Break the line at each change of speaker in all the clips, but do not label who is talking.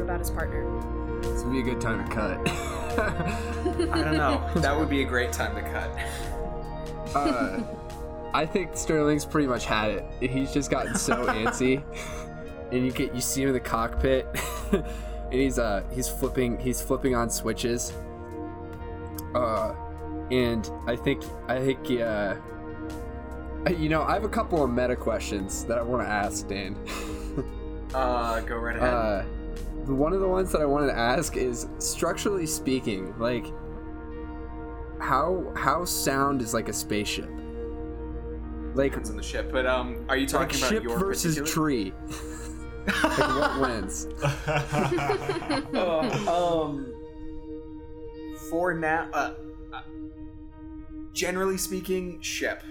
about his partner.
This would be a good time to cut.
I don't know. that would be a great time to cut.
uh, I think Sterling's pretty much had it. He's just gotten so antsy, and you get you see him in the cockpit, and he's uh he's flipping he's flipping on switches. Uh, and I think I think uh, you know I have a couple of meta questions that I want to ask Dan.
Uh, go right ahead.
Uh, one of the ones that I wanted to ask is structurally speaking, like how how sound is like a spaceship? Like
Depends on the ship, but um, are you
like
talking about
ship
your
versus
particular-
tree. like what wins?
Uh, um, for now, uh, uh, generally speaking, ship.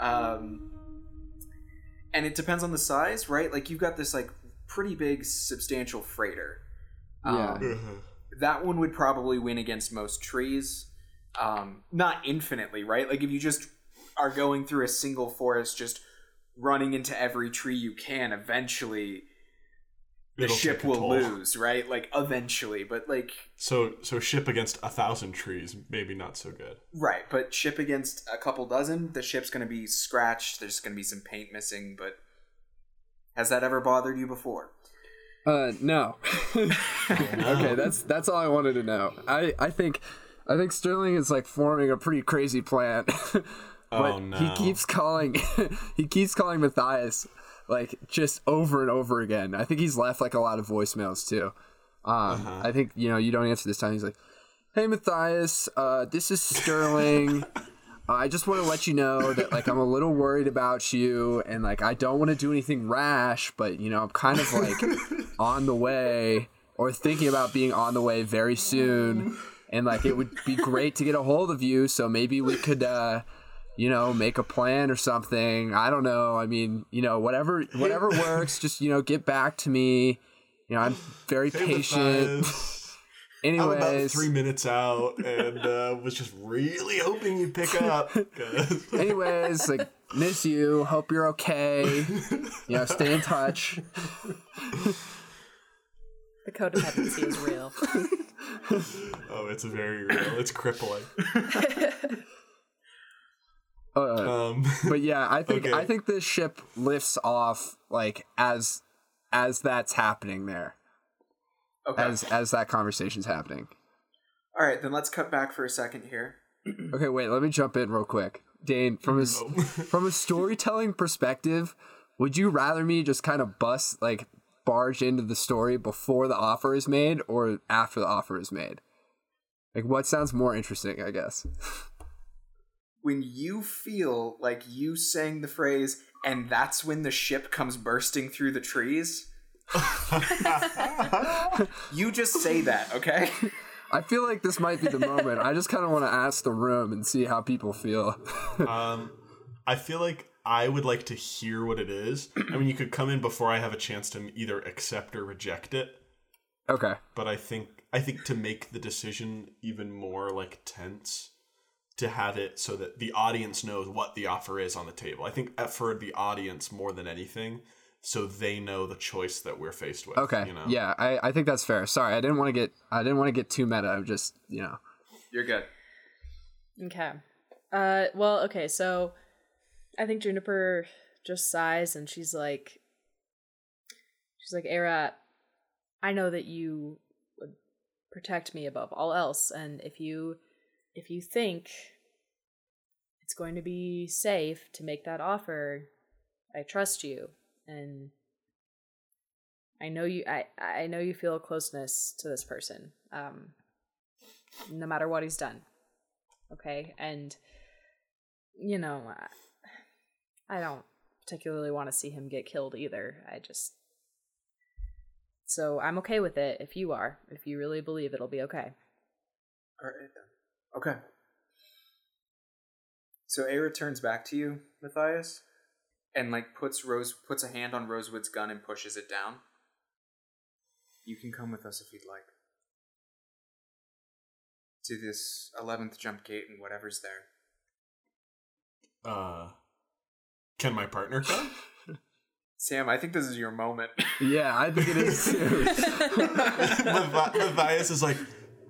Um, and it depends on the size, right? Like you've got this like pretty big, substantial freighter. Um,
Yeah.
that one would probably win against most trees. Um, not infinitely, right? Like if you just are going through a single forest, just running into every tree you can, eventually the
It'll
ship
take a
will
toll.
lose, right? Like eventually, but like
So so ship against a thousand trees, maybe not so good.
right, but ship against a couple dozen, the ship's gonna be scratched. There's gonna be some paint missing, but has that ever bothered you before?
Uh, no. okay, that's that's all I wanted to know. I I think I think Sterling is like forming a pretty crazy plan. but
Oh, no.
he keeps calling he keeps calling Matthias like just over and over again. I think he's left like a lot of voicemails too. Um,
Uh-huh.
I think you know you don't answer this time. He's like, "Hey Matthias, uh, this is Sterling." Uh, I just want to let you know that like I'm a little worried about you and like I don't want to do anything rash, but you know, I'm kind of like on the way or thinking about being on the way very soon and like it would be great to get a hold of you, so maybe we could uh you know, make a plan or something. I don't know. I mean, you know, whatever whatever works, just you know, get back to me. You know, I'm very patient.
Matthias, I'm about
Anyways,
three minutes out, and uh, was just really hoping you'd pick up. 'cause-
Anyways, like miss you. Hope you're okay. You know, stay in touch.
The codependency is real.
oh, it's very real. It's crippling.
Uh,
Um,
but yeah, I think
Okay.
I think this ship lifts off like as as that's happening there,
Okay.
as as that conversation's happening.
All right, then let's cut back for a second here.
Hmm.
Okay, wait, let me jump in real quick. Dane, from a, from a storytelling perspective, would you rather me just kind of bust like barge into the story before the offer is made or after the offer is made? Like what sounds more interesting, I guess.
when you feel like you sang the phrase and that's when the ship comes bursting through the trees you just say that okay
I feel like this might be the moment. I just kind of want to ask the room and see how people feel.
um, I feel like I would like to hear what it is. I mean, you could come in before I have a chance to either accept or reject it.
okay.
but I think I think to make the decision even more like tense, to have it so that the audience knows what the offer is on the table. I think at- for the audience more than anything, so they know the choice that we're faced with.
Okay.
you know?
Yeah, I, I think that's fair. Sorry, I didn't want to get I didn't want to get too meta. I'm just, you know.
you're good
Okay. Uh well, okay, so I think Juniper just sighs and she's like she's like, Era, I know that you would protect me above all else, and if you if you think it's going to be safe to make that offer, I trust you. And I know you I, I know you feel a closeness to this person. Um no matter what he's done okay and you know I- i don't particularly want to see him get killed either i just so i'm okay with it if you are if you really believe it'll be okay
all right then. okay so a returns back to you matthias and like puts rose puts a hand on rosewood's gun and pushes it down you can come with us if you'd like to this 11th jump gate and whatever's there
Uh, can my partner come?
Sam, I think this is your moment.
Yeah, I think it is too.
Mathi- Matthias is like,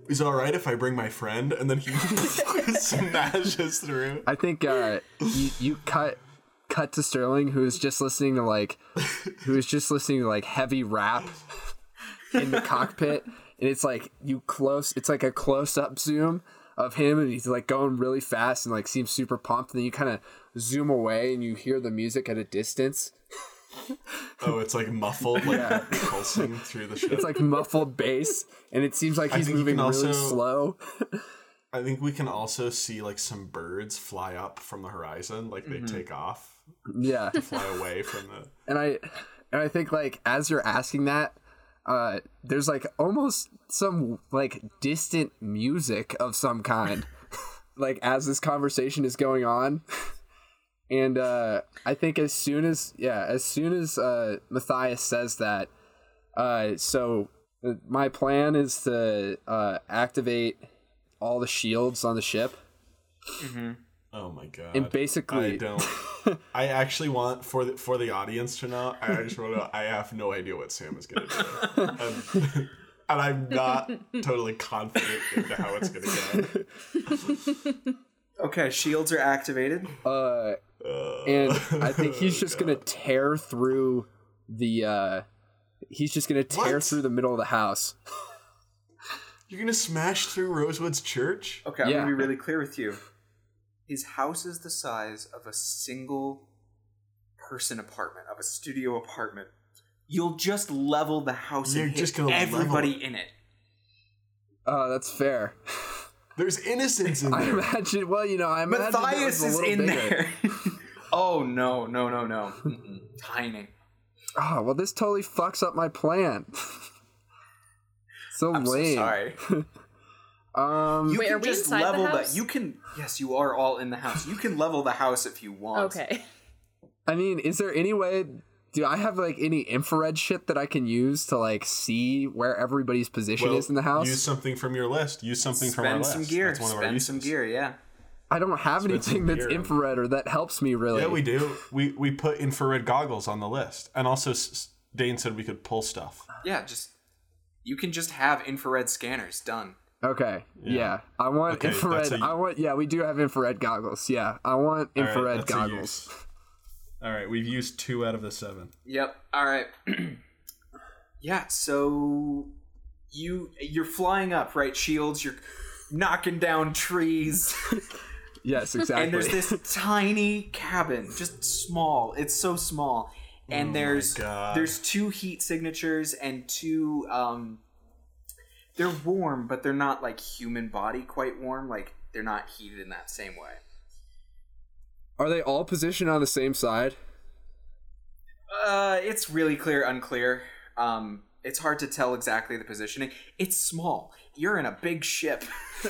is it all right if I bring my friend? And then he smashes through.
I think uh, you, you cut cut to Sterling, who's just listening to like, who's just listening to like heavy rap in the cockpit, and it's like you close, it's like a close up zoom of him, and he's like going really fast and like seems super pumped. And then you kind of zoom away, and you hear the music at a distance.
Oh, it's like muffled, like pulsing through the ship.
It's like muffled bass, and it seems like he's
think you
moving
can
really
also-
slow.
I think we can also see like some birds fly up from the horizon, like they
Mm-hmm.
take off,
Yeah.
fly away from the.
and I and I think like as you're asking that, uh, there's like almost some like distant music of some kind, like as this conversation is going on, and uh, I think as soon as yeah, as soon as uh, Matthias says that, uh, so uh, my plan is to uh, activate all the shields on the ship.
Oh my god!
And basically-
I don't. I actually want for the for the audience to know. I just want to. I have no idea what Sam is gonna do, Um, and I'm not totally confident into how it's gonna go.
okay, shields are activated.
Uh, and
Uh,
I think
Oh,
he's
oh
just gonna tear through the. uh He's just gonna tear
What?
through the middle of the house.
You're gonna smash through Rosewood's church.
Okay, I'm
Yeah.
gonna be really clear with you. His house is the size of a single person apartment, of a studio apartment. You'll just level the house
You're
and hit
just gonna level
everybody in it.
Uh, that's fair.
There's innocents in
I
there.
imagine. Well, you know, I imagine that
Matthias
was a
is
little
in
bigger.
there. oh no, no, no, no. Mm-mm. Tiny.
Oh well, this totally fucks up my plan. so
I'm so
lame.
sorry.
Um,
You
Wait, are
can
we
just
inside the
level
house?
You can. Yes, you are all in the house. You can level the house if you want.
Okay.
I mean, is there any way? Do I have like any infrared shit that I can use to like see where everybody's position
Well,
is in the house?
Use something from your list. Use something from our
Spend
list.
some gear.
That's one of our
Spend some
uses.
gear. Yeah.
I don't have
Spend some
anything that's
gear.
infrared or that helps me really.
Yeah, we do. We we put infrared goggles on the list, and also S- S- Dane said we could pull stuff.
Yeah. Just. You can just have infrared scanners done.
Okay. Yeah. I want
Okay, that's
infrared.
a-
I want. Yeah, we do have infrared goggles. Yeah, I want
All right,
infrared
that's a
goggles.
use. All right, we've used two out of the seven.
Yep. All right. yeah. So you you're flying up, right? Shields. You're knocking down trees.
Yes, exactly.
and there's this tiny cabin, just small. It's so small. And there's
God.
there's two heat signatures and two um they're warm, but they're not like human body quite warm, like they're not heated in that same way.
Are they all positioned on the same side?
Uh it's really clear unclear. Um it's hard to tell exactly the positioning. It's small. You're in a big ship.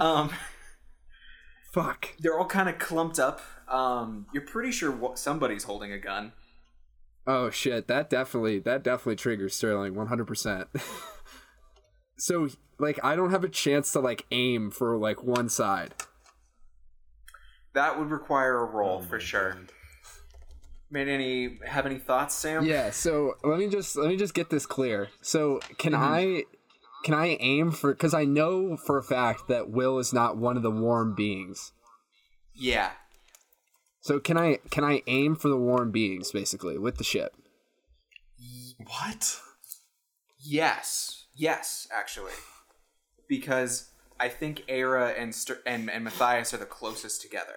um
Fuck.
they're all kind of clumped up. Um you're pretty sure wha- somebody's holding a gun.
Oh shit. That definitely. That definitely triggers Sterling. One hundred percent. So like, I don't have a chance to like aim for like one side.
That would require a roll
Oh
for
my
sure.
God.
Made any have any thoughts, Sam?
Yeah. So let me just let me just get this clear. So can
Mm-hmm.
I? Can I aim for? Because I know for a fact that Will is not one of the warm beings.
Yeah.
So can I can I aim for the warm beings basically with the ship?
What?
Yes. Yes, actually, because I think Era and Ster- and and Matthias are the closest together.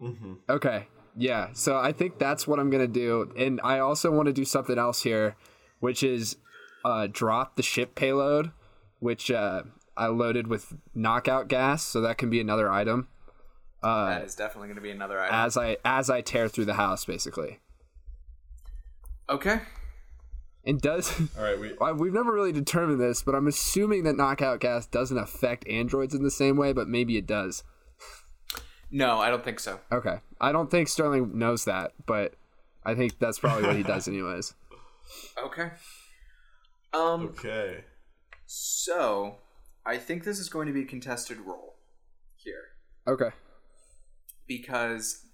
Mm-hmm.
Okay. Yeah. So I think that's what I'm gonna do, and I also want to do something else here, which is uh, drop the ship payload, which uh, I loaded with knockout gas, so that can be another item uh,
that is definitely going to be another item.
as I as I tear through the house basically.
okay.
And does
All right, we.
I- we've never really determined this, but I'm assuming that knockout gas doesn't affect androids in the same way, but maybe it does.
No, I don't think so.
Okay. I don't think Sterling knows that, but I think that's probably what he does anyways.
Okay. Um.
Okay.
So, I think this is going to be a contested roll here.
Okay.
because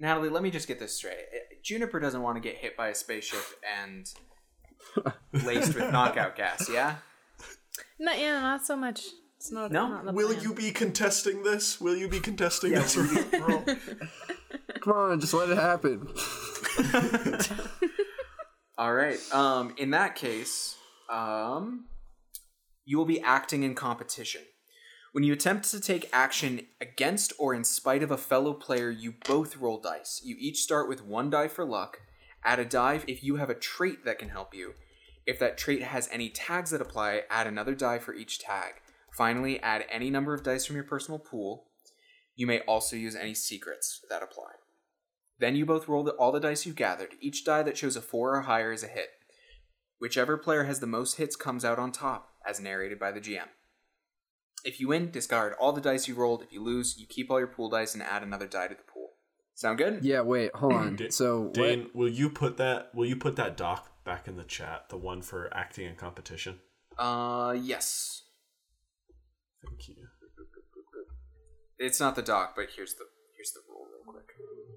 Natalie, let me just get this straight. I- Juniper doesn't want to get hit by a spaceship and laced with knockout gas. Yeah.
No, yeah, not so much. It's not.
No?
not the
Will
plan.
you be contesting this? Will you be contesting this? Roll.
Come on, just let it happen.
All right. Um, in that case, um, you will be acting in competition. When you attempt to take action against or in spite of a fellow player, you both roll dice. You each start with one die for luck. Add a die if you have a trait that can help you. If that trait has any tags that apply, add another die for each tag. Finally, add any number of dice from your personal pool. You may also use any secrets that apply. Then you both roll the, all the dice you've gathered. Each die that shows a 4 or higher is a hit. Whichever player has the most hits comes out on top, as narrated by the GM. If you win, discard all the dice you rolled. If you lose, you keep all your pool dice and add another die to the pool. Sound good?
Yeah, wait, hold on.
Da-
So what-
Dane, will you put that? Will you put that doc back in the chat? The one for acting in competition.
Uh, yes.
Thank you.
It's not the doc, but here's the here's the rule real quick.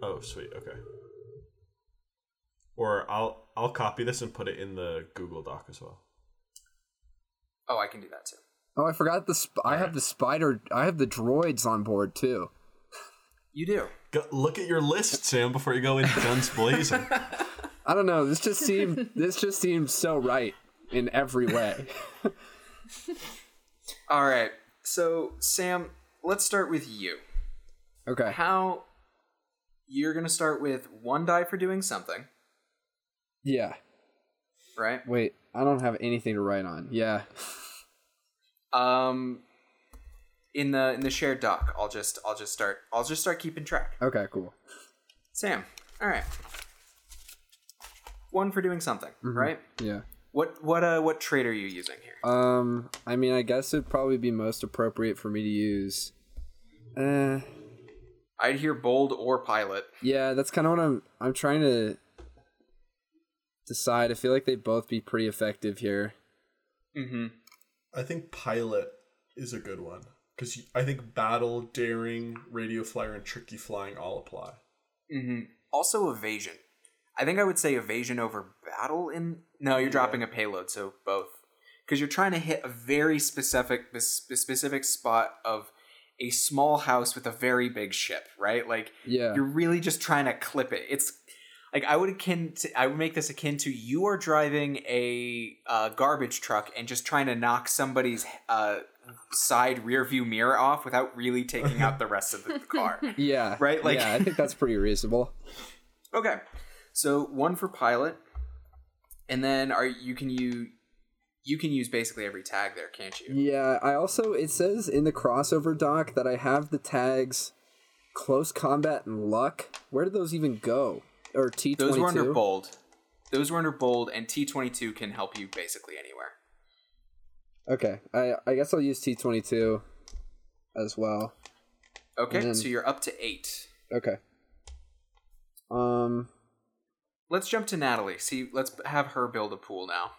Oh, sweet. Okay. Or I'll I'll copy this and put it in the Google Doc as well.
Oh, I can do that too.
oh, I forgot the. Sp- I have the spider. I have the droids on board too.
You do.
Go, look at your list, Sam, before you go in guns blazing.
I don't know. This just seemed. this just seemed so right in every way.
All right. So, Sam, let's start with you.
Okay.
How you're going to start with one die for doing something,
Yeah.
right?
Wait. I don't have anything to write on. Yeah.
Um, in the in the shared doc, I'll just I'll just start I'll just start keeping track.
Okay. Cool.
Sam, all right. One for doing something, right?
Yeah.
What what uh what trait are you using here?
Um. I mean, I guess it'd probably be most appropriate for me to use. Uh.
I'd hear bold or pilot.
Yeah. That's kind of what I'm. I'm trying to decide. I feel like they'd both be pretty effective here.
Mm-hmm.
I think pilot is a good one because I think battle, daring, radio flyer, and tricky flying all apply.
Mm-hmm. Also evasion. I think I would say evasion over battle. In no, you're dropping a payload, so both because you're trying to hit a very specific spe- specific spot of a small house with a very big ship, right? Like
Yeah.
You're really just trying to clip it. It's like I would akin to, I would make this akin to you are driving a uh, garbage truck and just trying to knock somebody's uh, side rear view mirror off without really taking out the rest of the car.
Yeah.
Right, like-
yeah, I think that's pretty reasonable.
Okay, so one for pilot, and then are you can you you can use basically every tag there, can't you?
Yeah. I also it says in the crossover doc that I have the tags close combat and luck. Where did those even go? Or T
Those were under
twenty two.
bold. Those were under bold, and T twenty two can help you basically anywhere.
Okay. I I guess I'll use T twenty two as well.
Okay,
And then-
so you're up to eight.
Okay. Um.
Let's jump to Natalie. See, let's have her build a pool now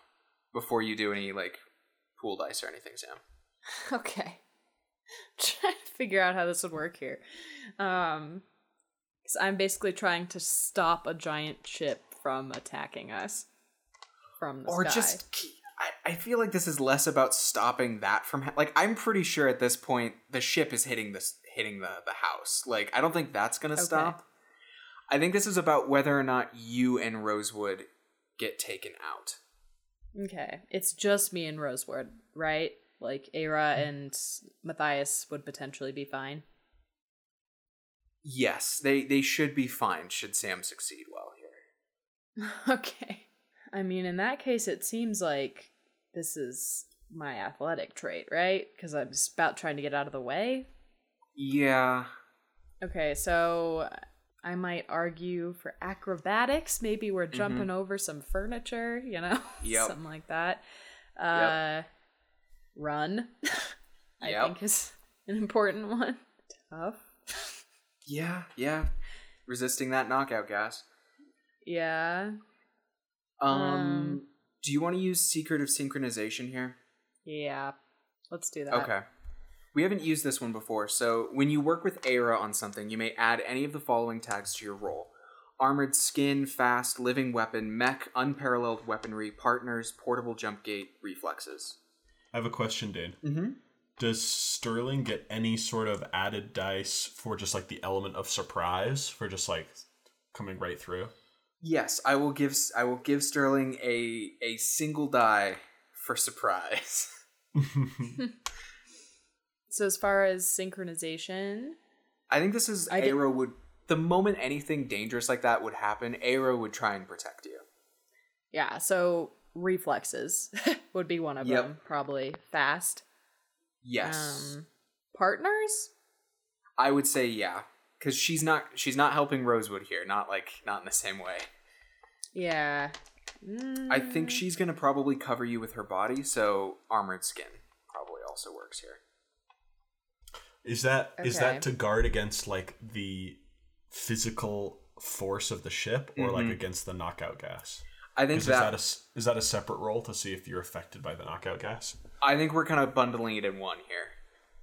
before you do any like pool dice or anything, Sam.
Okay. Trying to figure out how this would work here. Um cuz I'm basically trying to stop a giant ship from attacking us from the
Or
sky.
just keep, I, I feel like this is less about stopping that from ha- like I'm pretty sure at this point the ship is hitting this hitting the the house. Like I don't think that's going to
Okay.
stop. I think this is about whether or not you and Rosewood get taken out.
Okay. It's just me and Rosewood, right? Like Era
Mm-hmm.
and Matthias would potentially be fine.
Yes, they they should be fine should Sam succeed well here.
okay. I mean, in that case it seems like this is my athletic trait, right? Cuz I'm just about trying to get out of the way.
Yeah.
Okay, so I might argue for acrobatics. Maybe we're jumping over some furniture, you know,
Mm-hmm. Yep.
something like that. Uh, Run, I
Yep.
think, is an important one. Tough.
Yeah, yeah. Resisting that knockout gas.
Yeah.
Um,
Um,
do you want to use Secret of Synchronization here?
Yeah. Let's do that.
Okay. We haven't used this one before, so when you work with Aira on something, you may add any of the following tags to your roll. armored skin, fast, living weapon, mech, unparalleled weaponry, partners, portable jump gate, reflexes.
I have a question, Dane.
Mm-hmm.
Does Sterling get any sort of added dice for just like the element of surprise for just like coming right through?
Yes, I will give I will give Sterling a a single die for surprise.
So as far as synchronization,
I think this is
I did-
Aero would the moment anything dangerous like that would happen, Aero would try and protect you.
yeah, so reflexes would be one of
Yep.
them, probably fast. Um,
Yes.
partners?
I would say yeah, cuz she's not she's not helping Rosewood here, not like not in the same way.
Yeah. Mm.
I think she's going to probably cover you with her body, so armored skin probably also works here.
Is that is
Okay.
that to guard against like the physical force of the ship or like against the knockout gas?
I think
Is, is
that,
that a s- is that a separate roll to see if you're affected by the knockout gas?
I think we're kind of bundling it in one here.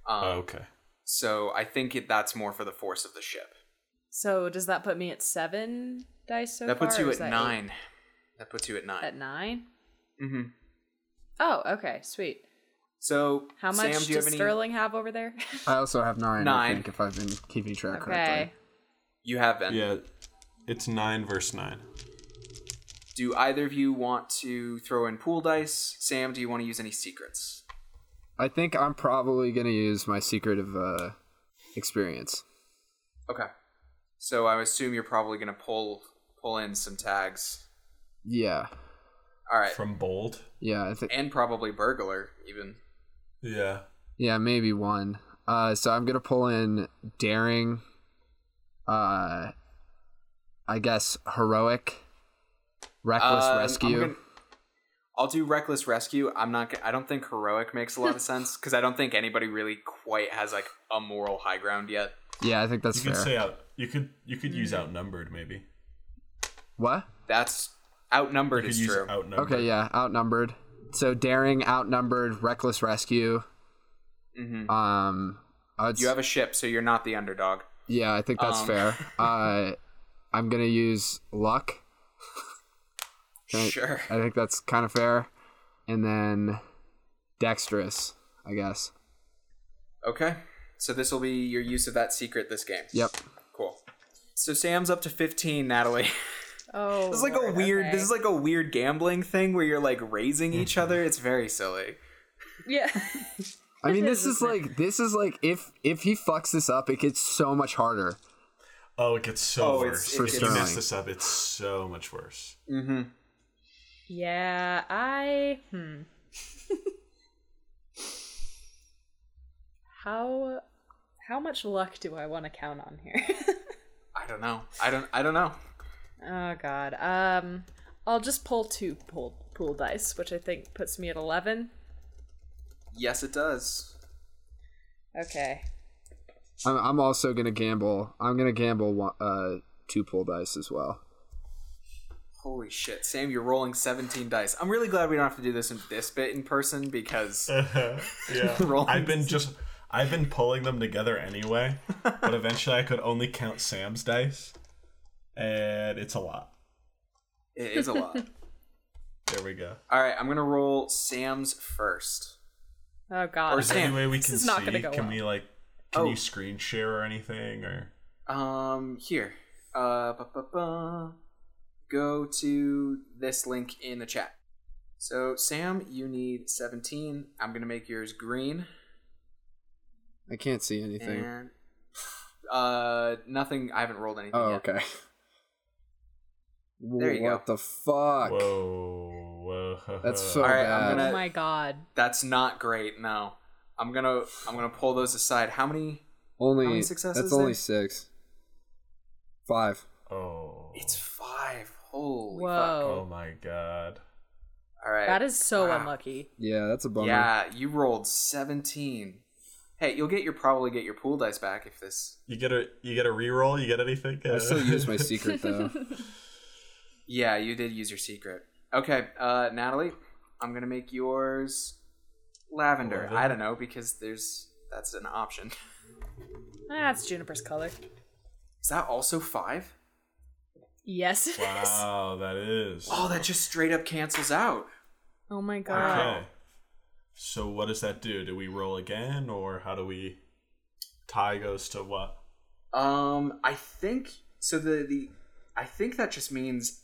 Um,
Oh, okay.
So I think it, that's more for the force of the ship.
So does that put me at seven dice so
that puts
far, or
you
is
at
that eight?
nine. That puts you at nine.
At nine?
mm-hmm.
Oh, okay, sweet.
So
How much
Sam, do you
does
have any?
Sterling have over there?
I also have nine.
Nine.
I think, if I've been keeping track
okay.
correctly.
You have been.
Yeah, it's nine verse nine.
Do either of you want to throw in pool dice? Sam, do you want to use any secrets?
I think I'm probably gonna use my secret of uh, experience.
Okay. So I assume you're probably going to pull pull in some tags.
Yeah,
All right.
From bold.
yeah. I think
and probably burglar even.
Yeah.
yeah, maybe one. Uh, so I'm gonna pull in daring. Uh, I guess heroic, reckless
Um, I'm
rescue.
gonna- I'll do reckless rescue. I'm not. g- I don't think heroic makes a lot of sense because I don't think anybody really quite has like a moral high ground yet.
Yeah, I think that's
You could
fair.
say out. You could you could use outnumbered maybe.
what?
That's outnumbered
You could
is
use
true.
outnumbered.
Okay, yeah, outnumbered. So daring, outnumbered, reckless rescue.
Mhm.
Um, I would
You have a ship, so you're not the underdog.
Yeah, I think that's
Um.
fair. Uh, I'm gonna use luck. Right.
Sure.
I think that's kind of fair, and then dexterous, I guess.
Okay. So this will be your use of that secret this game.
Yep.
Cool. So Sam's up to 15, Natalie.
Oh,
this is like a
Lord,
weird.
okay.
This is like a weird gambling thing where you're like raising each other. It's very silly.
yeah.
I mean, this is like this is like if if he fucks this up, it gets so much harder.
Oh, it gets so
Oh, it's-
worse.
it
if you
gets-
mess this up, it's so much worse.
Mm-hmm.
Yeah, I. Hmm. how how much luck do I want to count on here?
I don't know. I don't. I don't know.
oh God. Um, I'll just pull two pool pool dice, which I think puts me at eleven.
Yes, it does.
Okay.
I'm, I'm also gonna gamble. I'm gonna gamble one, uh two pull dice as well.
Holy shit, Sam, you're rolling 17 dice. I'm really glad we don't have to do this in this bit in person because
yeah.
Roll.
I've been just I've been pulling them together anyway, but eventually I could only count Sam's dice, and it's a lot.
it is a lot.
There we go.
All right, I'm going to roll Sam's first.
Oh God.
Or
Is there any way we
This
can
is not
see?
gonna go
can
well.
we like? Can
Oh.
you screen share or anything? Or
Um, here. Uh, ba ba ba. Go to this link in the chat. So, Sam, you need 17. I'm going to make yours green.
I can't see anything.
And, uh, nothing. I haven't rolled anything
oh,
yet.
okay.
There you go.
what the fuck?
whoa, whoa,
That's so
All right, I'm
bad.
gonna-
oh my God.
That's not great. No. I'm going to I'm going to pull those aside. How many
Only
How many successes
That's only
there?
six. Five.
oh,
It's 5. Holy fuck.
oh
Whoa.
my god.
All right.
That is so
Wow.
unlucky.
Yeah, that's a bummer.
Yeah, you rolled 17. Hey, you'll get your probably get your pool dice back if this.
You get a you get a reroll. You get anything?
I still use my secret though.
Yeah, you did use your secret. Okay, uh Natalie, I'm going to make yours lavender.
Lavender?
I don't know because there's that's an option.
That's Juniper's color.
Is that also 5?
Yes, it is.
Wow, that is.
Oh, that just straight up cancels out.
Oh my god.
Okay. So what does that do? Do we roll again, or how do we? Tie goes to what?
Um, I think so. The the I think that just means.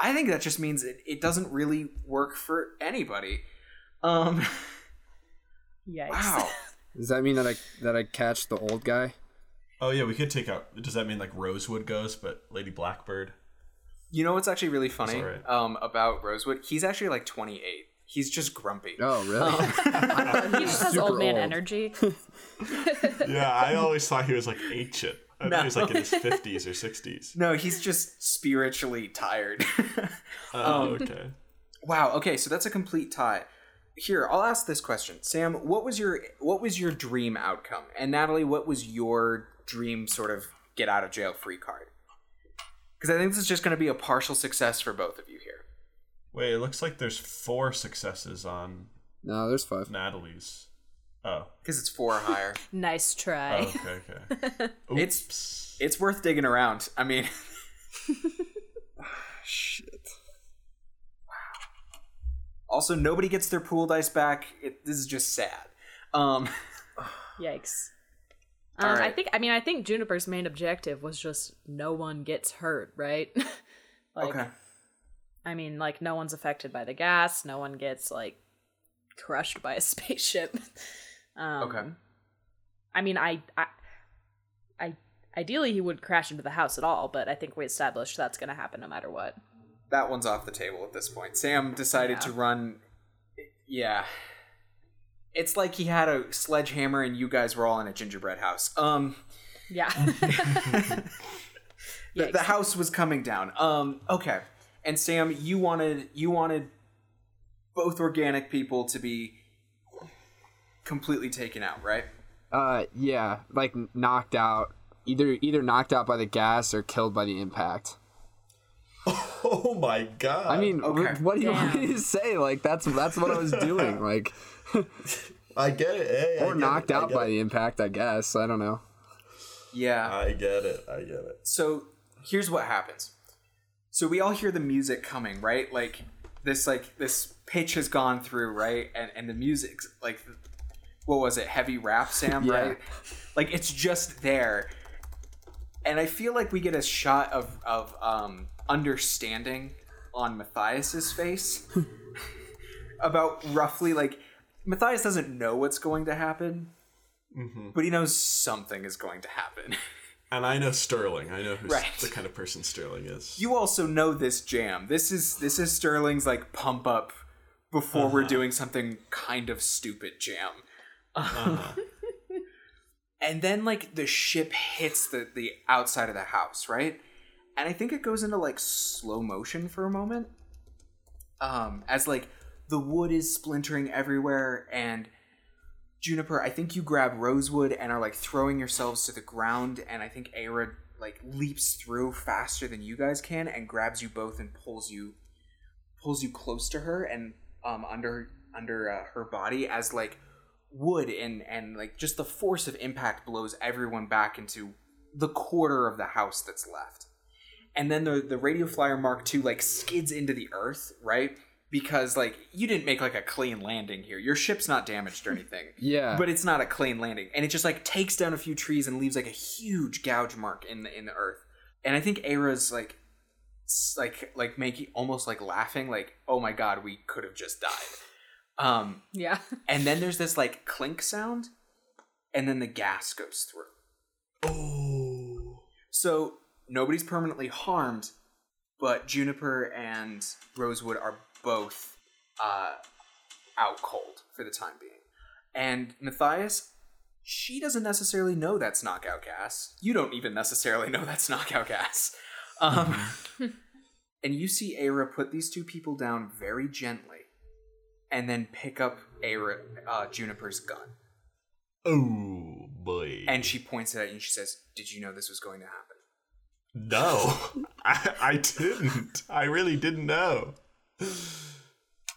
I think that just means it, it doesn't really work for anybody. Um,
Yikes.
wow.
Does that mean that I that I catch the old guy?
Oh yeah, we could take out. Does that mean like Rosewood goes, but Lady Blackbird?
You know what's actually really funny
alright.
um, about Rosewood? He's actually like 28. He's just grumpy.
Oh, really?
he just has
Super
old man
old.
energy.
Yeah, I always thought he was like ancient. I thought he was like in his fifties or sixties.
No, he's just spiritually tired.
Um,
Oh, okay.
wow. Okay, so that's a complete tie. Here, I'll ask this question, Sam. What was your what was your dream outcome? And Natalie, what was your dream sort of get out of jail free card? Because I think this is just going to be a partial success for both of you here.
Wait, it looks like there's four successes on
no, there's five.
Natalie's. Oh.
Because it's four or higher.
nice
Oh,
try.
okay, okay.
It's- it's worth digging around. I mean, Ah,
Shit.
also nobody gets their pool dice back. It, this is just sad. Um,
Yikes.
All
Um, I
right.
think. I mean, I think Juniper's main objective was just no one gets hurt, right? like,
okay.
I mean, like no one's affected by the gas. No one gets like crushed by a spaceship. Um,
Okay.
I mean, I, I, I, ideally he would crash into the house at all, but I think we established that's going to happen no matter what.
that one's off the table at this point. Sam decided
Yeah.
to run. Yeah, it's like he had a sledgehammer, and you guys were all in a gingerbread house. Um,
Yeah.
the,
Yikes.
the house was coming down. Um, okay, and Sam, you wanted you wanted both organic people to be completely taken out, right?
Uh, yeah, like n- knocked out. Either either knocked out by the gas or killed by the impact.
Oh my god.
I mean,
okay.
wh- what do you
Damn.
what do you say? Like that's that's what I was doing. Like
I get it. Hey,
or knocked out by the impact, I guess. I don't know.
Yeah.
I get it. I get it.
so here's what happens so we all hear the music coming right like this like this pitch has gone through right and and the music's like what was it heavy rap sam
Yeah.
right like it's just there and i feel like we get a shot of of um understanding on matthias's face about roughly like matthias doesn't know what's going to happen but he knows something is going to happen
And I know Sterling. I know who's
Right.
the kind of person Sterling is.
you also know this jam. This is this is Sterling's like pump up before we're doing something kind of stupid jam. and then like the ship hits the the outside of the house, right? And I think it goes into like slow motion for a moment. Um as like the wood is splintering everywhere and Juniper, I think you grab Rosewood and are like throwing yourselves to the ground, and I think Aira like leaps through faster than you guys can and grabs you both and pulls you pulls you close to her and um under under uh, her body as like wood and and like just the force of impact blows everyone back into the quarter of the house that's left and then the the radio flyer mark II like skids into the earth right because like you didn't make like a clean landing here your ship's not damaged or anything
Yeah.
but it's not a clean landing and it just like takes down a few trees and leaves like a huge gouge mark in the in the earth and i think Aira's like s- like like making almost like laughing like oh my god we could have just died um
yeah.
and then there's this like clink sound and then the gas goes through
Oh.
so nobody's permanently harmed, but Juniper and Rosewood are both uh, out cold for the time being. And Matthias, she doesn't necessarily know that's knockout gas. You don't even necessarily know that's knockout gas. Um, and you see Aira put these two people down very gently, and then pick up Aira, uh, Juniper's gun,
Oh boy.
and she points it at you. and She says, "Did you know this was going to happen?"
no, I, I didn't. I really didn't know.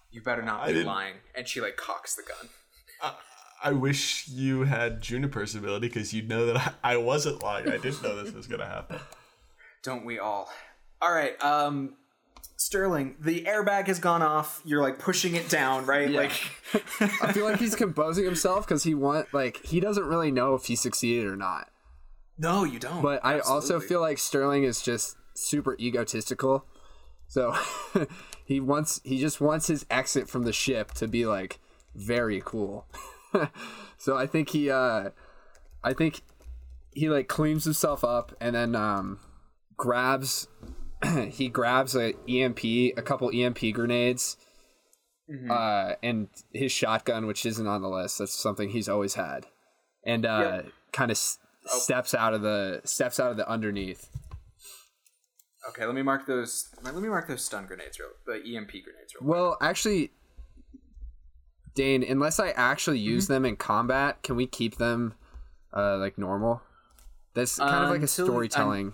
You better not
I
be
didn't-
lying. And she like cocks the gun.
I, I wish you had Juniper's ability because you'd know that I, I wasn't lying. I didn't know this was gonna happen.
Don't we all? All right, um Sterling, the airbag has gone off. You're like pushing it down, right?
Yeah.
Like
I feel like he's composing himself because he want like he doesn't really know if he succeeded or not.
No, you don't.
But I also
Absolutely.
feel like Sterling is just super egotistical. So he wants he just wants his exit from the ship to be like very cool. so I think he uh I think he like cleans himself up and then um grabs he grabs a EMP a couple EMP grenades uh and his shotgun which isn't on the list that's something he's always had and uh kind of s-
Oh.
steps out of the steps out of the underneath
Okay, let me mark those. Let me mark those stun grenades, real, the EMP grenades, real.
Well, actually, Dane, unless I actually use
Mm-hmm.
them in combat, can we keep them uh, like normal? That's kind of like a
Until-
storytelling.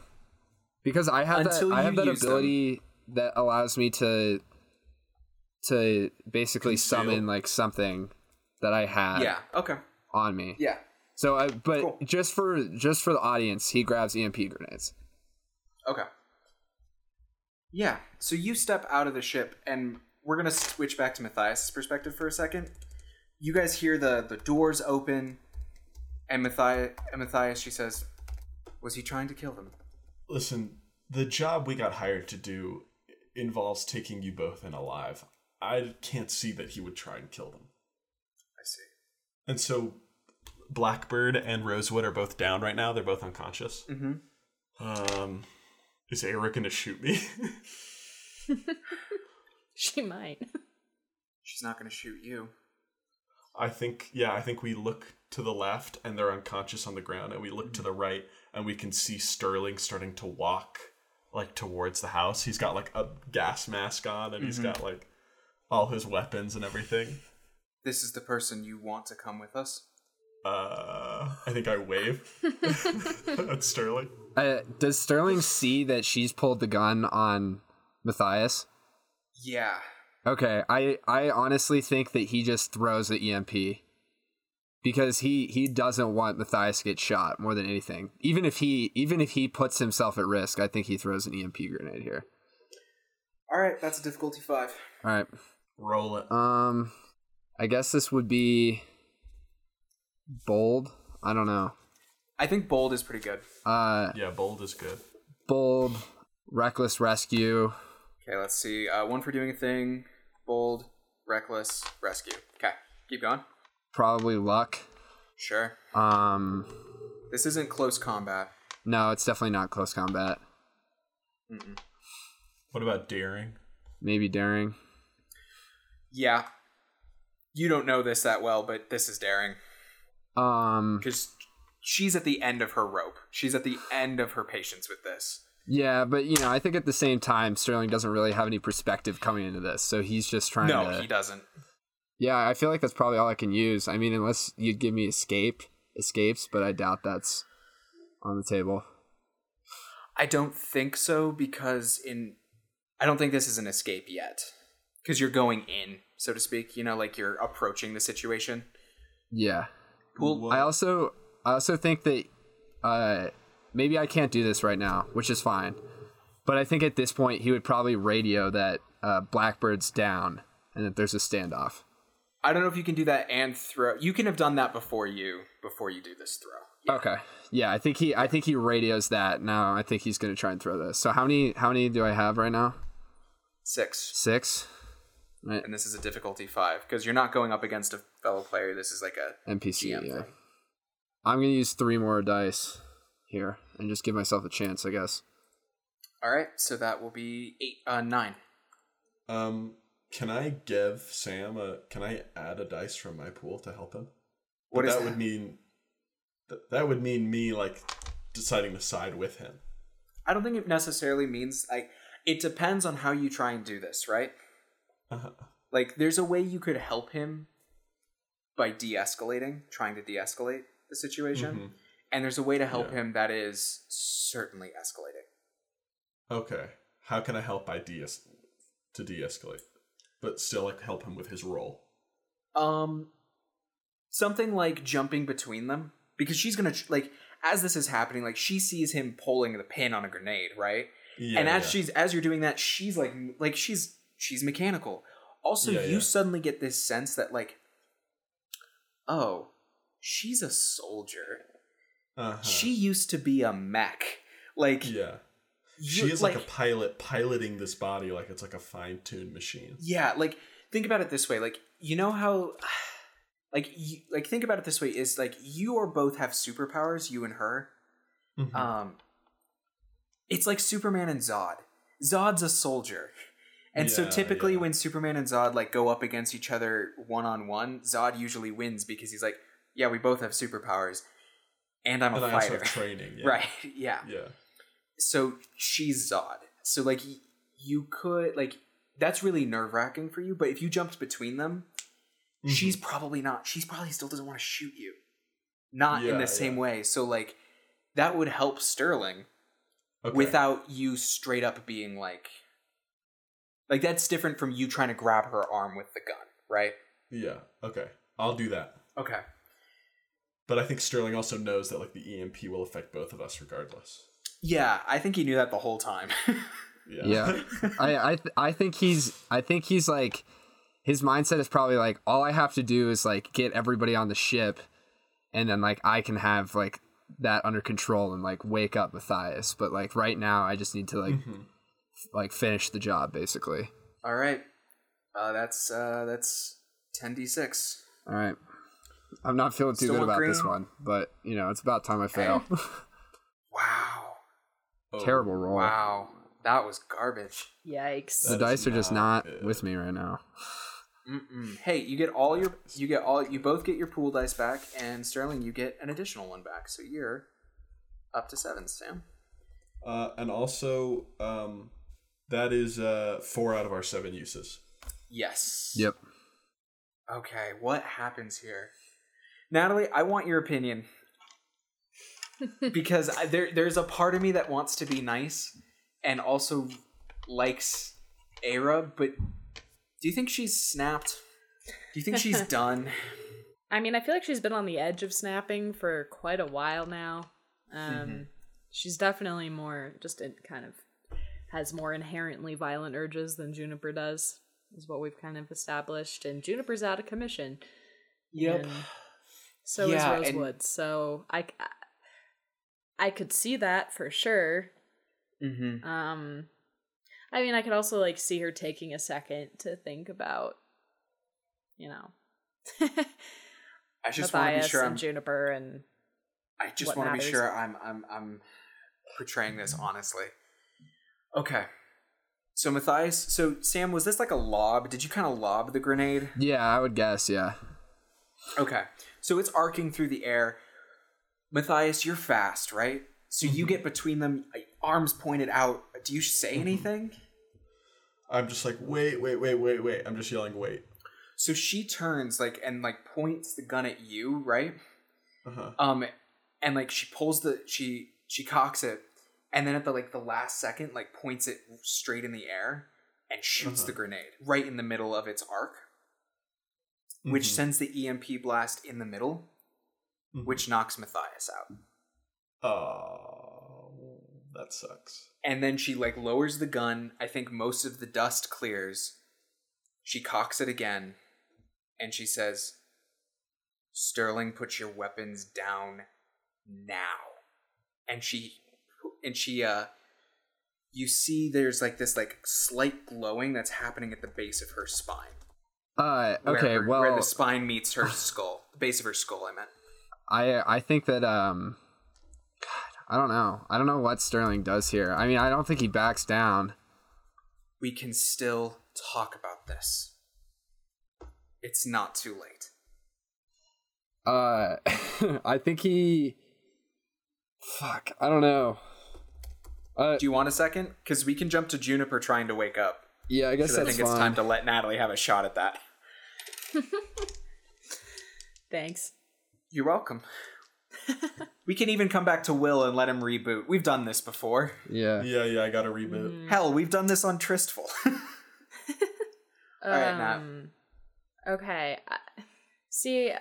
because I have that,
until
I have
you
that
use them.
ability that allows me to to basically
Conceal.
summon like something that I have
Yeah. Okay.
on me.
Yeah.
So, I, but
Cool.
just for just for the audience, he grabs EMP grenades.
Okay. Yeah. So you step out of the ship, and we're gonna switch back to Matthias' perspective for a second. You guys hear the the doors open, and Matthias, and Matthias, she says, "Was he trying to kill them?"
Listen, the job we got hired to do involves taking you both in alive. I can't see that he would try and kill them.
I see.
And so Blackbird and Rosewood are both down right now. They're both unconscious.
Mm-hmm.
Um, is Eric going to shoot me?
She might.
She's not gonna shoot you.
I think, yeah, I think we look to the left and they're unconscious on the ground, and we look to the right and we can see Sterling starting to walk like towards the house. He's got like a gas mask on and he's got like all his weapons and everything.
This is the person you want to come with us.
Uh, I think I wave at Sterling.
Uh, does Sterling see that she's pulled the gun on Matthias?
Yeah.
Okay, I I honestly think that he just throws the EMP because he he doesn't want Matthias to get shot more than anything. Even if he even if he puts himself at risk, I think he throws an EMP grenade here.
All right. That's a difficulty five.
All right.
Roll it.
Um I guess this would be bold. I don't know.
I think bold is pretty good.
Uh
Yeah, bold is good.
bold reckless rescue.
Okay, let's see. Uh, one for doing a thing, bold, reckless, rescue. Okay, keep going.
Probably luck.
Sure.
Um
This isn't close combat.
no, it's definitely not close combat.
What about daring?
Maybe daring.
Yeah. You don't know this that well, but this is daring.
Um
Because she's at the end of her rope. She's at the end of her patience with this.
Yeah, but you know, I think at the same time, Sterling doesn't really have any perspective coming into this, so he's just trying
No,
to.
he doesn't.
yeah, I feel like that's probably all I can use. I mean, unless you give me escape, escapes, but I doubt that's on the table.
I don't think so, because in. I don't think this is an escape yet. Because you're going in, so to speak. You know, like you're approaching the situation.
Yeah,
Cool.
I also, I also think that, uh, maybe I can't do this right now, which is fine. But I think at this point, he would probably radio that uh, Blackbird's down and that there's a standoff.
I don't know if you can do that and throw. You can have done that before you before you do this throw.
Okay. Yeah, I think he I think he radios that. Now I think he's gonna try and throw this. So how many how many do I have right now?
Six,
Six
and this is a difficulty five because you're not going up against a fellow player. This is like a
NPC.
GM
Yeah.
thing.
I'm gonna use three more dice here and just give myself a chance, I guess.
All right, so that will be eight, uh, nine.
Um, can I give Sam a? Can I add a dice from my pool to help him?
What
But
is
that, would mean? Th- that would mean me like deciding to side with him.
I don't think it necessarily means like. It depends on how you try and do this, right?
Uh-huh.
Like, there's a way you could help him by de-escalating, trying to de-escalate the situation,
Mhm.
and there's a way to help
Yeah.
him that is certainly escalating.
Okay. How can I help by de-es- to de-escalate, but still like help him with his role?
Um, something like jumping between them because she's gonna tr- like as this is happening, like she sees him pulling the pin on a grenade, right?
Yeah,
and as
yeah.
she's as you're doing that, she's like like she's she's mechanical. Also,
Yeah,
you
yeah.
suddenly get this sense that like, oh, she's a soldier.
Uh-huh.
She used to be a mech. Like
yeah, she
you-
is like, a pilot piloting this body like it's like a fine tuned machine.
Yeah, like think about it this way. Like you know how like you, like think about it this way is like you or both have superpowers, you and her.
Mhm.
Um it's like Superman and Zod. Zod's a soldier. And so
Yeah,
typically
yeah.
when Superman and Zod like go up against each other one on one, Zod usually wins because he's like, yeah, we both have superpowers and I'm a
and I also
fighter.
have training. Yeah.
Right. Yeah
Yeah.
so she's Zod. So like y- you could like that's really nerve wracking for you. But if you jumped between them,
Mhm.
she's probably not. She's probably still doesn't want to shoot you, not in
Yeah,
the same
yeah.
way. So like that would help Sterling
Mm-hmm. Okay.
without you straight up being like like that's different from you trying to grab her arm with the gun, right?
Yeah. Okay. I'll do that.
Okay.
But I think Sterling also knows that like the EMP will affect both of us regardless.
Yeah, I think he knew that the whole time.
Yeah.
Yeah. I I, th- I think he's I think he's like his mindset is probably like all I have to do is like get everybody on the ship, and then like I can have like that under control and like wake up Matthias. But like right now, I just need to like
Mhm.
like finish the job basically.
All right. Uh, that's uh, that's ten d six.
All right. I'm not feeling too
Still
good
want
about this
green?
one, but you know it's about time I fail.
Wow.
Oh,
Terrible roll.
Wow, that was garbage.
Yikes.
The
That is
dice are just not
not good.
with me right now.
Mm-mm. Hey, you get all your you get all you both get your pool dice back, and Sterling, you get an additional one back. So you're up to seven, Sam.
Uh, and also, um, that is uh, four out of our seven uses.
Yes.
Yep.
Okay, what happens here, Natalie? I want your opinion because I, there there's a part of me that wants to be nice and also likes Ara, but do you think she's snapped? Do you think she's done?
I mean, I feel like she's been on the edge of snapping for quite a while now. Um,
Mm-hmm.
She's definitely more just in, kind of has more inherently violent urges than Juniper does, is what we've kind of established. And Juniper's out of commission. And so
Yeah, and-
is Rosewood. So I, I could see that for sure.
Mm-hmm.
Um, I mean, I could also like see her taking a second to think about, you know,
I just want to be
Matthias
sure I'm
and Juniper and
I just
what
want to be
matters.
sure I'm I'm I'm portraying this honestly. Okay. So Matthias, so Sam, was this like a lob? Did you kind of lob the grenade?
Yeah, I would guess. Yeah.
Okay. So it's arcing through the air. Matthias, you're fast, right? So you
Mm-hmm.
get between them, uh, arms pointed out. Do you say anything?
I'm just like, wait, wait, wait, wait, wait. I'm just yelling, wait.
So she turns like and like points the gun at you, right?
Uh-huh.
um and like she pulls the she she cocks it and then at the like the last second like points it straight in the air and shoots
Uh-huh.
the grenade right in the middle of its arc which
Mhm.
sends the emp blast in the middle
Mhm.
which knocks matthias out
Oh, that sucks.
and then she like lowers the gun i think most of the dust clears she cocks it again and she says sterling put your weapons down now and she and she uh you see there's like this like slight glowing that's happening at the base of her spine
Uh.
where
Okay.
her-
well,
where the spine meets her skull the base of her skull i meant
I I think that um God, I don't know. I don't know what Sterling does here. I mean, I don't think he backs down.
we can still talk about this it's not too late
Uh I think he fuck, I don't know. Uh
Do you want a second? Because we can jump to Juniper trying to wake up.
yeah, I guess
'Cause I
that's
think
fine.
it's time to let Natalie have a shot at that.
thanks.
You're welcome. we can even come back to Will and let him reboot. We've done this before.
yeah.
Yeah, yeah, I got to reboot.
Hell, we've done this on Tristful.
All
right, Nat.
Um, Okay. I- See,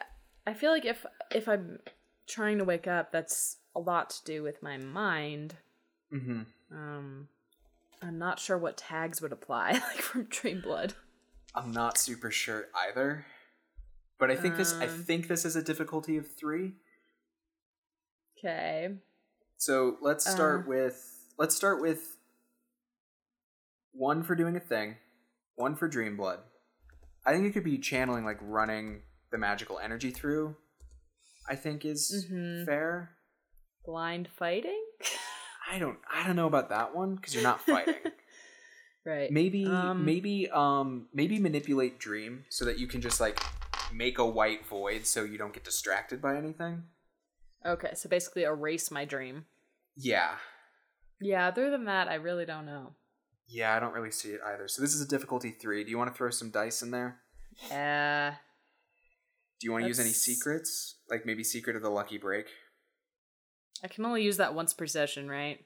I feel like if if I'm trying to wake up, that's a lot to do with my mind.
Mm-hmm.
Um, I'm not sure what tags would apply, like from Dream Blood.
I'm not super sure either. But I think this I
Um.
think this is a difficulty of three.
Okay.
So let's start
Uh.
with let's start with one for doing a thing, one for dream blood. I think it could be channeling like running the magical energy through. I think is
Mhm.
fair.
Blind fighting?
I don't I don't know about that one because you're not fighting.
right.
maybe
Um,
maybe um maybe manipulate dream so that you can just like make a white void so you don't get distracted by anything.
Okay, so basically erase my dream.
Yeah.
Yeah, other than that, I really don't know.
Yeah, I don't really see it either. So this is a difficulty 3. Do you want to throw some dice in there?
Uh,
Do you want to use any
That's-
secrets? Like maybe secret of the lucky break?
I can only use that once per session, right?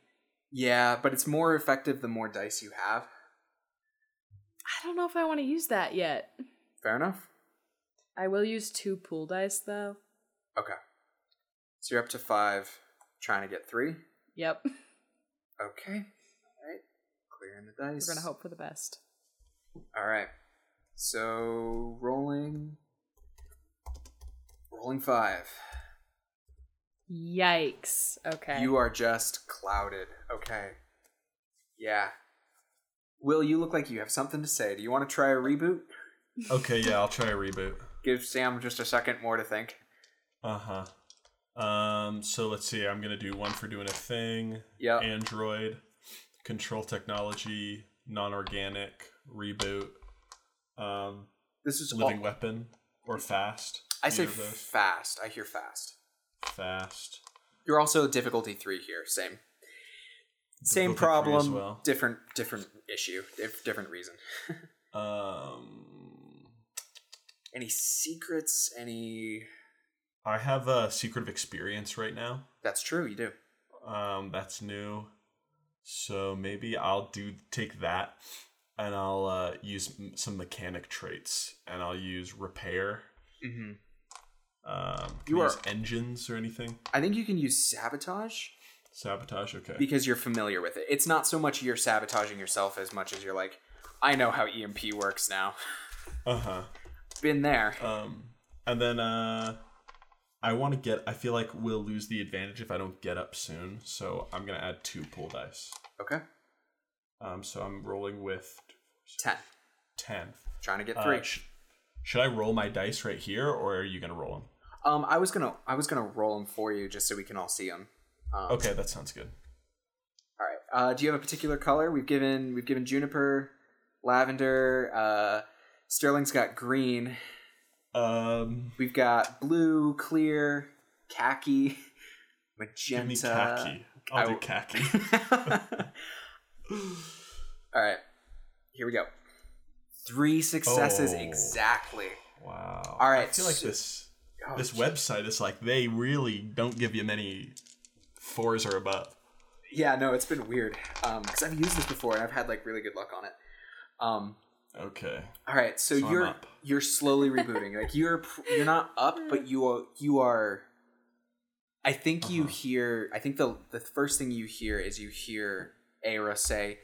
Yeah, but it's more effective the more dice you have.
I don't know if I want to use that yet.
Fair enough.
I will use two pool dice though.
Okay. So you're up to 5 trying to get 3.
Yep.
Okay. All right. Clearing the dice.
We're gonna hope for the best.
All right. So rolling rolling 5.
Yikes. Okay.
You are just clouded. Okay. Yeah. Will, you look like you have something to say. Do you want to try a reboot?
Okay, yeah, I'll try a reboot.
Give Sam just a second more to think.
Uh huh. Um, so let's see. I'm gonna do one for doing a thing.
Yep.
Android, control technology, non-organic, reboot, um,
This is
living
all-
weapon, or fast.
I say
Either of those.
fast. I hear fast.
fast.
You're also difficulty three here. Same.
Difficulty three
Same
as
problem.
well.
Different different issue. Dif- different reason.
Um,
Any secrets? Any?
I have a secret of experience right now.
That's true. You do.
Um, that's new. So maybe I'll do take that, and I'll uh, use m- some mechanic traits, and I'll use repair.
Mm-hmm.
Um, can
You
you
are-
use engines or anything?
I think you can use sabotage
Sabotage. Okay.
because you're familiar with it. It's not so much you're sabotaging yourself as much as you're like, I know how EMP works now.
Uh huh.
Been there.
Um, and then uh, I want to get. I feel like we'll lose the advantage if I don't get up soon. So I'm gonna add two pool dice.
Okay.
Um, so I'm rolling with
Ten.
ten.
Trying to get
Uh,
three.
sh- should I roll my dice right here, or are you gonna roll them?
Um, I was gonna I was gonna roll them for you just so we can all see them. Um,
Okay, that sounds good.
All right. Uh, do you have a particular color? We've given we've given juniper, lavender. Uh, Sterling's got green.
Um,
We've got blue, clear, khaki, magenta.
give me khaki. I'll
uh, I
do khaki.
all right. Here we go. Three successes
Oh.
exactly.
wow.
All
I
right,
feel like
so-
this
Oh,
this
gee.
website is like they really don't give you many fours or above.
Yeah, no, it's been weird. Um, because I've used this before and I've had like really good luck on it. Um,
Okay.
All right, so,
So I'm
you're
up.
you're slowly rebooting. like you're pr- you're not up, but you are you are. I think you
Uh-huh.
hear. I think the the first thing you hear is you hear Aira say,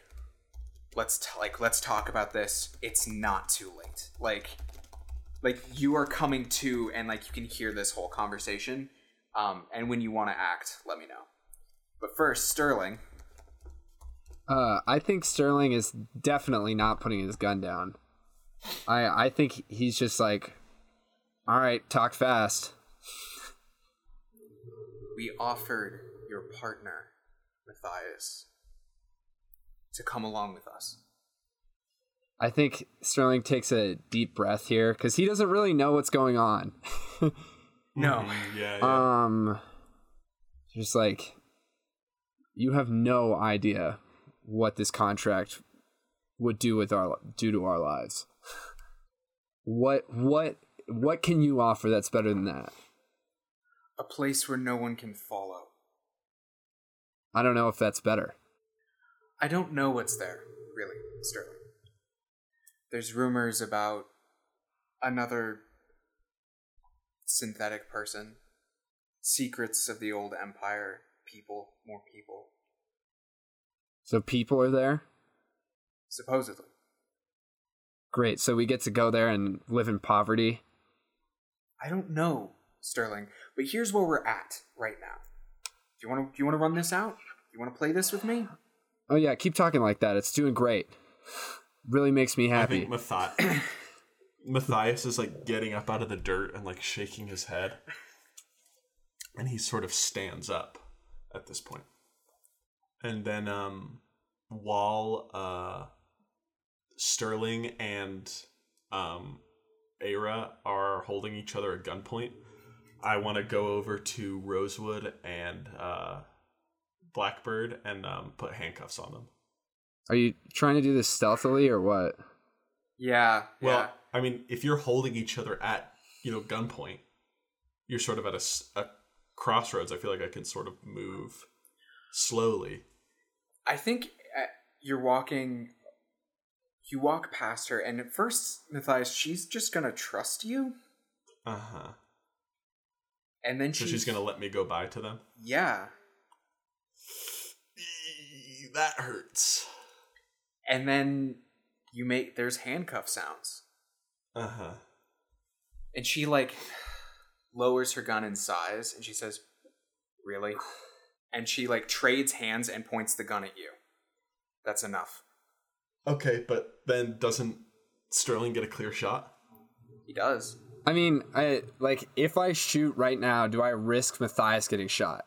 "Let's t- like let's talk about this. It's not too late." Like, like you are coming to, and like you can hear this whole conversation. Um, and when you want to act, let me know. But first, Sterling.
Uh, I think Sterling is definitely not putting his gun down. I I think he's just like, all right, talk fast.
we offered your partner, Matthias, to come along with us.
I think Sterling takes a deep breath here because he doesn't really know what's going on.
No.
Mm, Yeah. yeah.
Um, just like you have no idea what this contract would do with our do to our lives. What what what can you offer that's better than that?
A place where no one can follow.
I don't know if that's better.
I don't know what's there, really, Sterling. There's rumors about another synthetic person, secrets of the old empire, people, more people,
So people are there.
supposedly.
Great. So we get to go there and live in poverty.
I don't know, Sterling, but here's where we're at right now. Do you want to? Do you want to run this out? You want to play this with me?
Oh yeah, keep talking like that. It's doing great. Really makes me
I
happy.
think Matthias, Matthias is like getting up out of the dirt and like shaking his head, and he sort of stands up at this point. And then, um, while uh, Sterling and um, Aira are holding each other at gunpoint, I want to go over to Rosewood and uh, Blackbird and um, put handcuffs on them.
Are you trying to do this stealthily or what?
Yeah.
Well,
yeah.
I mean, if you're holding each other at you know gunpoint, you're sort of at a, s- a crossroads. I feel like I can sort of move slowly.
I think uh, you're walking. You walk past her, and at first, Matthias, she's just gonna trust you,
Uh huh.
and then
So
she's,
she's gonna let me go by to them.
Yeah,
Eee, That hurts.
and then you make there's handcuff sounds,
Uh huh.
and she like lowers her gun in size, and she says, "Really?" And she like trades hands and points the gun at you. That's enough.
Okay, but then doesn't Sterling get a clear shot?
He does.
I mean, I like if I shoot right now, do I risk Matthias getting shot?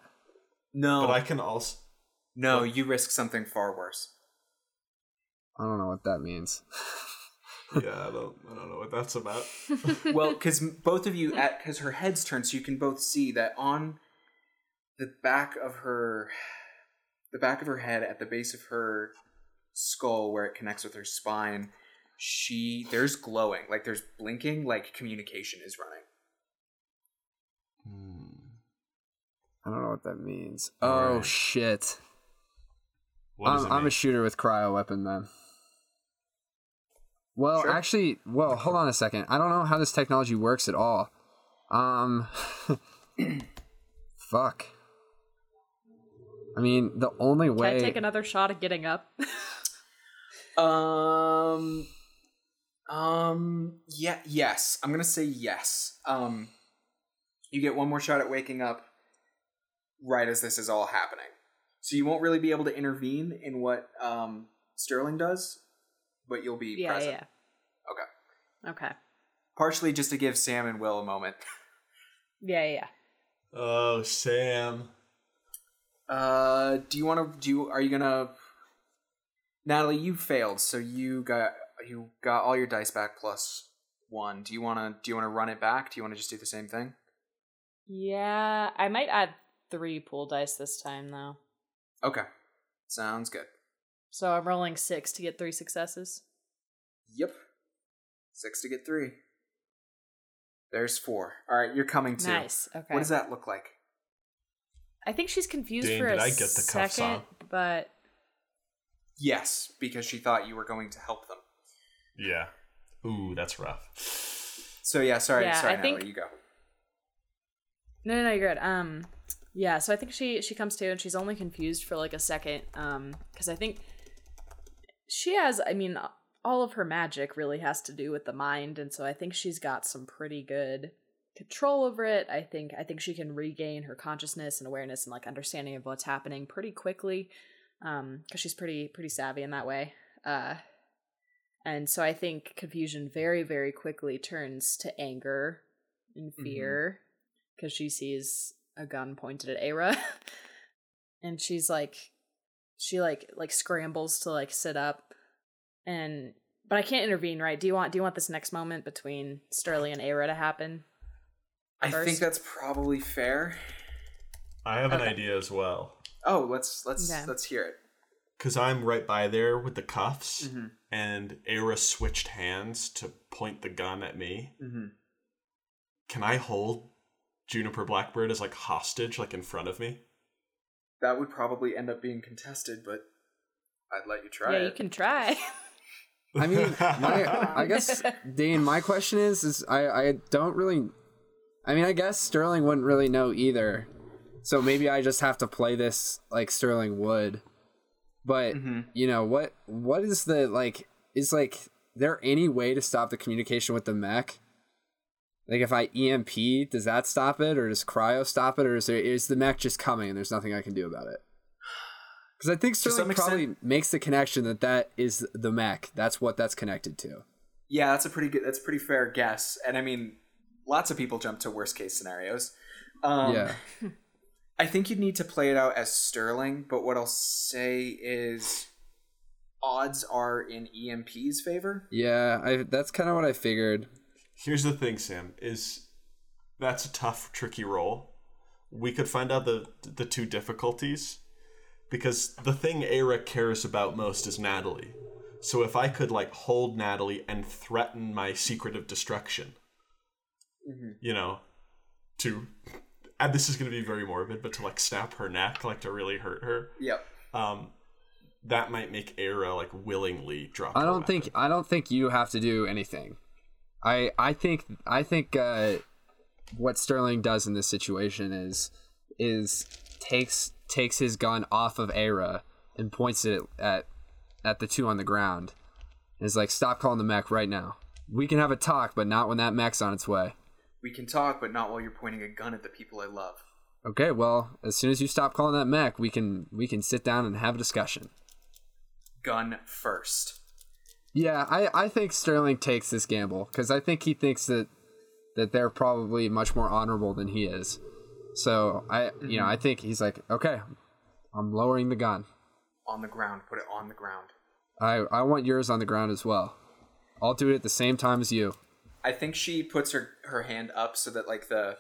No,
But I can also.
no, you risk something far worse.
I don't know what that means.
Yeah, I don't. I don't know what that's about.
well, because both of you, at because her head's turned, so you can both see that on the back of her, the back of her head, at the base of her skull, where it connects with her spine, she there's glowing, like there's blinking, like communication is running.
I don't know what that means. Oh
Alright.
shit.
What does
I'm,
it
I'm a
mean?
shooter with cryo weapon then. Well,
Sure.
actually, well, hold on a second. I don't know how this technology works at all. Um, fuck. I mean, the only
Can I
way.
take another shot at getting up?
Um, um, yeah, yes, I'm gonna say yes. Um, you get one more shot at waking up right as this is all happening, so you won't really be able to intervene in what um Sterling does, but you'll be
yeah,
present,
yeah. Okay. Okay.
partially just to give Sam and Will a moment.
Yeah, yeah.
oh, Sam.
Uh, do you want to? Do you are you gonna? Natalie, you failed, so you got you got all your dice back plus one. Do you wanna do you wanna run it back? Do you wanna just do the same thing?
Yeah, I might add three pool dice this time though.
Okay. Sounds good.
So I'm rolling six to get three successes.
Yep. Six to get three. There's four. All right, you're coming to.
Nice. Okay.
What does that look like?
I think she's confused
Dang,
for a
did I get the cuffs
second,
on?
but
Yes, because she thought you were going to help them.
Yeah. Ooh, that's rough.
So yeah, sorry,
Yeah,
sorry,
I think-
Natalie, you go.
no, no, no, you're good. Um, yeah. So I think she she comes to and she's only confused for like a second. Um, because I think she has. I mean, all of her magic really has to do with the mind, and so I think she's got some pretty good control over it. I think I think she can regain her consciousness and awareness and like understanding of what's happening pretty quickly. Um, because she's pretty pretty savvy in that way. Uh, and so I think confusion very very quickly turns to anger and
Mhm.
fear because she sees a gun pointed at Ara, and she's like, she like like scrambles to like sit up, and but I can't intervene, right? Do you want do you want this next moment between Sterling and Ara to happen?
I
First.
think that's probably fair.
I have an
Okay.
idea as well.
Oh, let's let's
Okay.
let's hear it.
Cause I'm right by there with the cuffs,
Mm.
Mhm.
and Era switched hands to point the gun at me.
Mm-hmm.
Can I hold Juniper Blackbird as like hostage, like in front of me?
That would probably end up being contested, but I'd let you try
yeah,
it.
you can try.
I mean, my, I guess, Dane, my question is, is I, I don't really. I mean, I guess Sterling wouldn't really know either. So maybe I just have to play this like Sterling would. But
Mm-hmm.
Mm-hmm.
you know what? What is the like? Is like there any way to stop the communication with the mech? Like if I EMP, does that stop it, or does cryo stop it, or is there is the mech just coming and there's nothing I can do about it? Because I think
some
Sterling
extent-
probably makes the connection that that is the mech. That's what that's connected to.
Yeah, that's a pretty good. That's a pretty fair guess. And I mean, lots of people jump to worst case scenarios. Um,
yeah.
I think you'd need to play it out as Sterling. But what I'll say is, odds are in EMP's favor.
Yeah, I, that's kind of what I figured.
Here's the thing, Sam, is that's a tough, tricky role. We could find out the the two difficulties because the thing Eric cares about most is Natalie. So if I could like hold Natalie and threaten my secret of destruction, you know, to and this is going to be very morbid, but to like snap her neck, like to really hurt her,
Yep.
um, that might make Era like willingly drop.
I
her
don't think
weapon.
I don't think you have to do anything. I I think I think uh, what Sterling does in this situation is is takes takes his gun off of Era and points it at at the two on the ground. And is like, stop calling the mech right now. We can have a talk, but not when that mech's on its way.
We can talk, but not while you're pointing a gun at the people I love.
Okay, well, as soon as you stop calling that mech, we can we can sit down and have a discussion.
Gun first.
Yeah, I, I think Sterling takes this gamble because I think he thinks that that they're probably much more honorable than he is. So I you know I think he's like okay, I'm lowering the gun.
On the ground. Put it on the ground.
I I want yours on the ground as well. I'll do it at the same time as you.
I think she puts her her hand up so that like the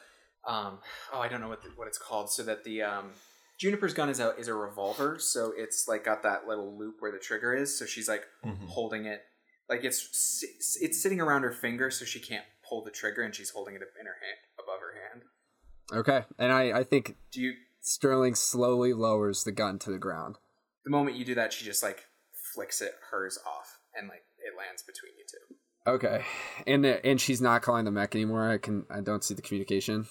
um oh I don't know what the, what it's called so that the um Juniper's gun is a is a revolver so it's like got that little loop where the trigger is so she's like holding it like it's si- it's sitting around her finger so she can't pull the trigger and she's holding it in her hand above her hand.
Okay, and I I think
Do you
Sterling slowly lowers the gun to the ground.
the moment you do that she just like flicks it hers off and like it lands between you two.
Okay, and the- and she's not calling the mech anymore. I can I don't see the communication.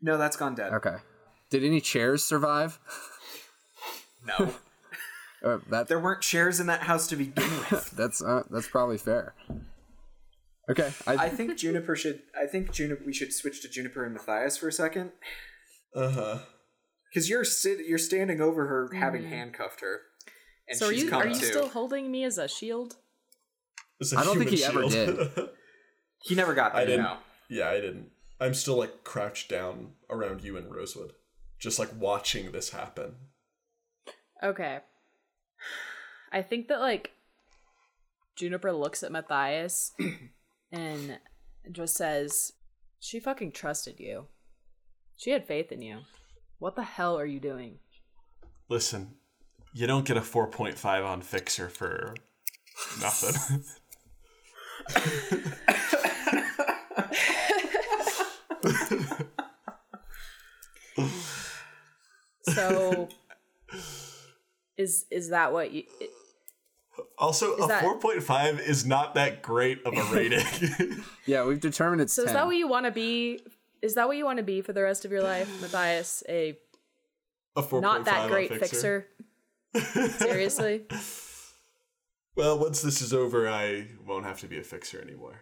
No, that's gone dead.
Okay, did any chairs survive?
No.
Uh, that
there weren't chairs in that house to begin with.
That's uh, that's probably fair. Okay, I,
I think Juniper should. I think Juniper. We should switch to Juniper and Matthias for a second,
Uh-huh.
because you're sit. You're standing over her, having handcuffed her, and
Mm. so are
she's
you
come
are you
to.
still holding me as a shield?
It's a
I don't think
human
he ever
shield.
He never got
I
there.
didn't.
No.
Yeah, I didn't. I'm still like crouched down around you and Rosewood, just like watching this happen.
Okay. I think that like Juniper looks at Matthias and just says, "She fucking trusted you. She had faith in you. What the hell are you doing?"
Listen, you don't get a 4.5 on Fixer for nothing.
So is is that what you
also, a
that-
4.5 is not that great of a rating.
yeah, we've determined it's
So
10.
is that what you want to be? Is that what you want to be for the rest of your life, Matthias? A
a 4.5
not that
on
great fixer. Seriously?
Well, once this is over, I won't have to be a fixer anymore.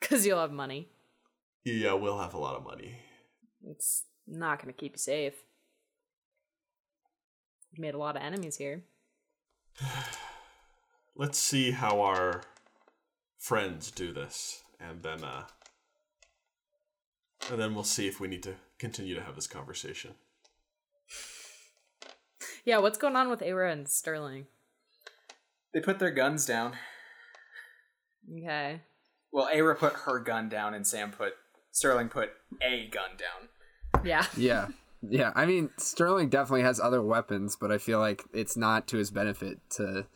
Cuz you'll have money.
Yeah, we'll have a lot of money.
It's not going to keep you safe. You made a lot of enemies here.
Let's see how our friends do this, and then uh, and then we'll see if we need to continue to have this conversation.
Yeah, what's going on with Aira and Sterling?
They put their guns down.
Okay.
Well, Aira put her gun down, and Sam put Sterling put a gun down.
Yeah.
Yeah, yeah. I mean, Sterling definitely has other weapons, but I feel like it's not to his benefit to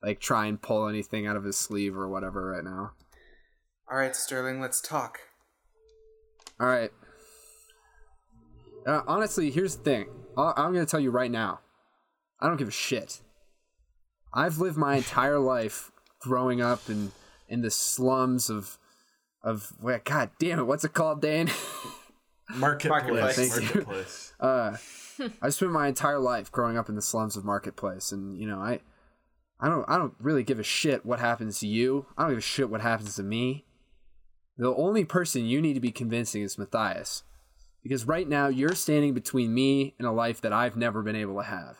like try and pull anything out of his sleeve or whatever right now.
All right, Sterling, let's talk.
All right. Uh, honestly, here's the thing. I- I'm going to tell you right now. I don't give a shit. I've lived my entire life growing up in in the slums of of well, God damn it, what's it called, Dane?
Marketplace.
Marketplace.
Thank you.
Marketplace.
Uh, I spent my entire life growing up in the slums of Marketplace, and you know, I, I don't, I don't really give a shit what happens to you. I don't give a shit what happens to me. The only person you need to be convincing is Matthias, because right now you're standing between me and a life that I've never been able to have.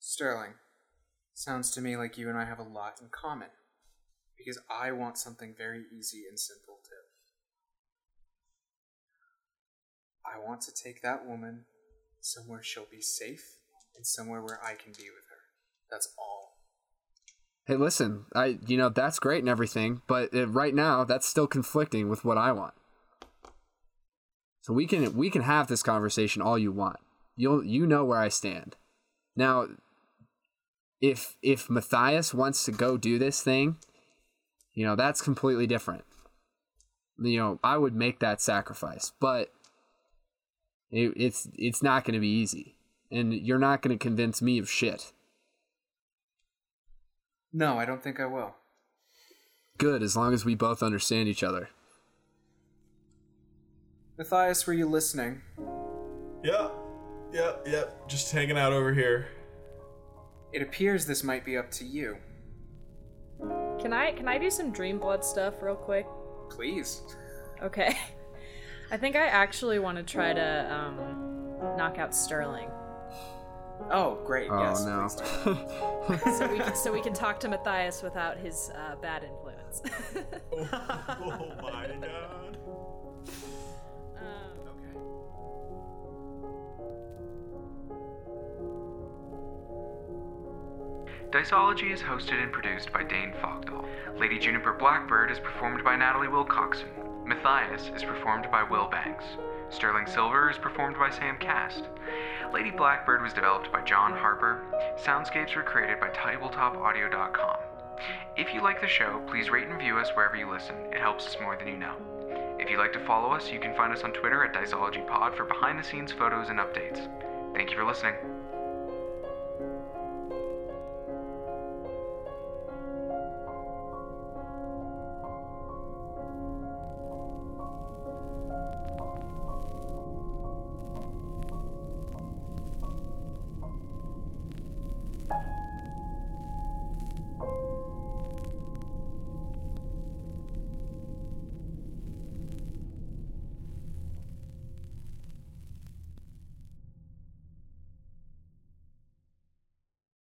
Sterling, sounds to me like you and I have a lot in common. Because I want something very easy and simple too. I want to take that woman somewhere she'll be safe and somewhere where I can be with her. That's all.
Hey, listen, I, you know, that's great and everything, but uh, right now that's still conflicting with what I want. So we can we can have this conversation all you want. You'll you know where I stand. Now, if if Matthias wants to go do this thing, you know that's completely different. You know, I would make that sacrifice, but it, it's it's not going to be easy, and you're not going to convince me of shit.
No, I don't think I will.
Good, as long as we both understand each other.
Matthias, were you listening?
Yep. Yep. Yep. Just hanging out over here.
It appears this might be up to you.
Can I can I do some dream blood stuff real quick?
Please.
Okay. I think I actually want to try to um, knock out Sterling,
Oh, great.
Oh
yes.
no.
please do.
so we can, so we can talk to Matthias without his uh, bad influence.
Oh, oh my god.
um,
Okay.
Dysology is hosted and produced by Dane Fogdahl. Lady Juniper Blackbird is performed by Natalie Wilcoxon. Matthias is performed by Will Banks. Sterling Silver is performed by Sam Cast. Lady Blackbird was developed by John Harper. Soundscapes were created by TabletopAudio.com. If you like the show, please rate and view us wherever you listen. It helps us more than you know. If you'd like to follow us, you can find us on Twitter at DysologyPod for behind the scenes photos and updates. Thank you for listening.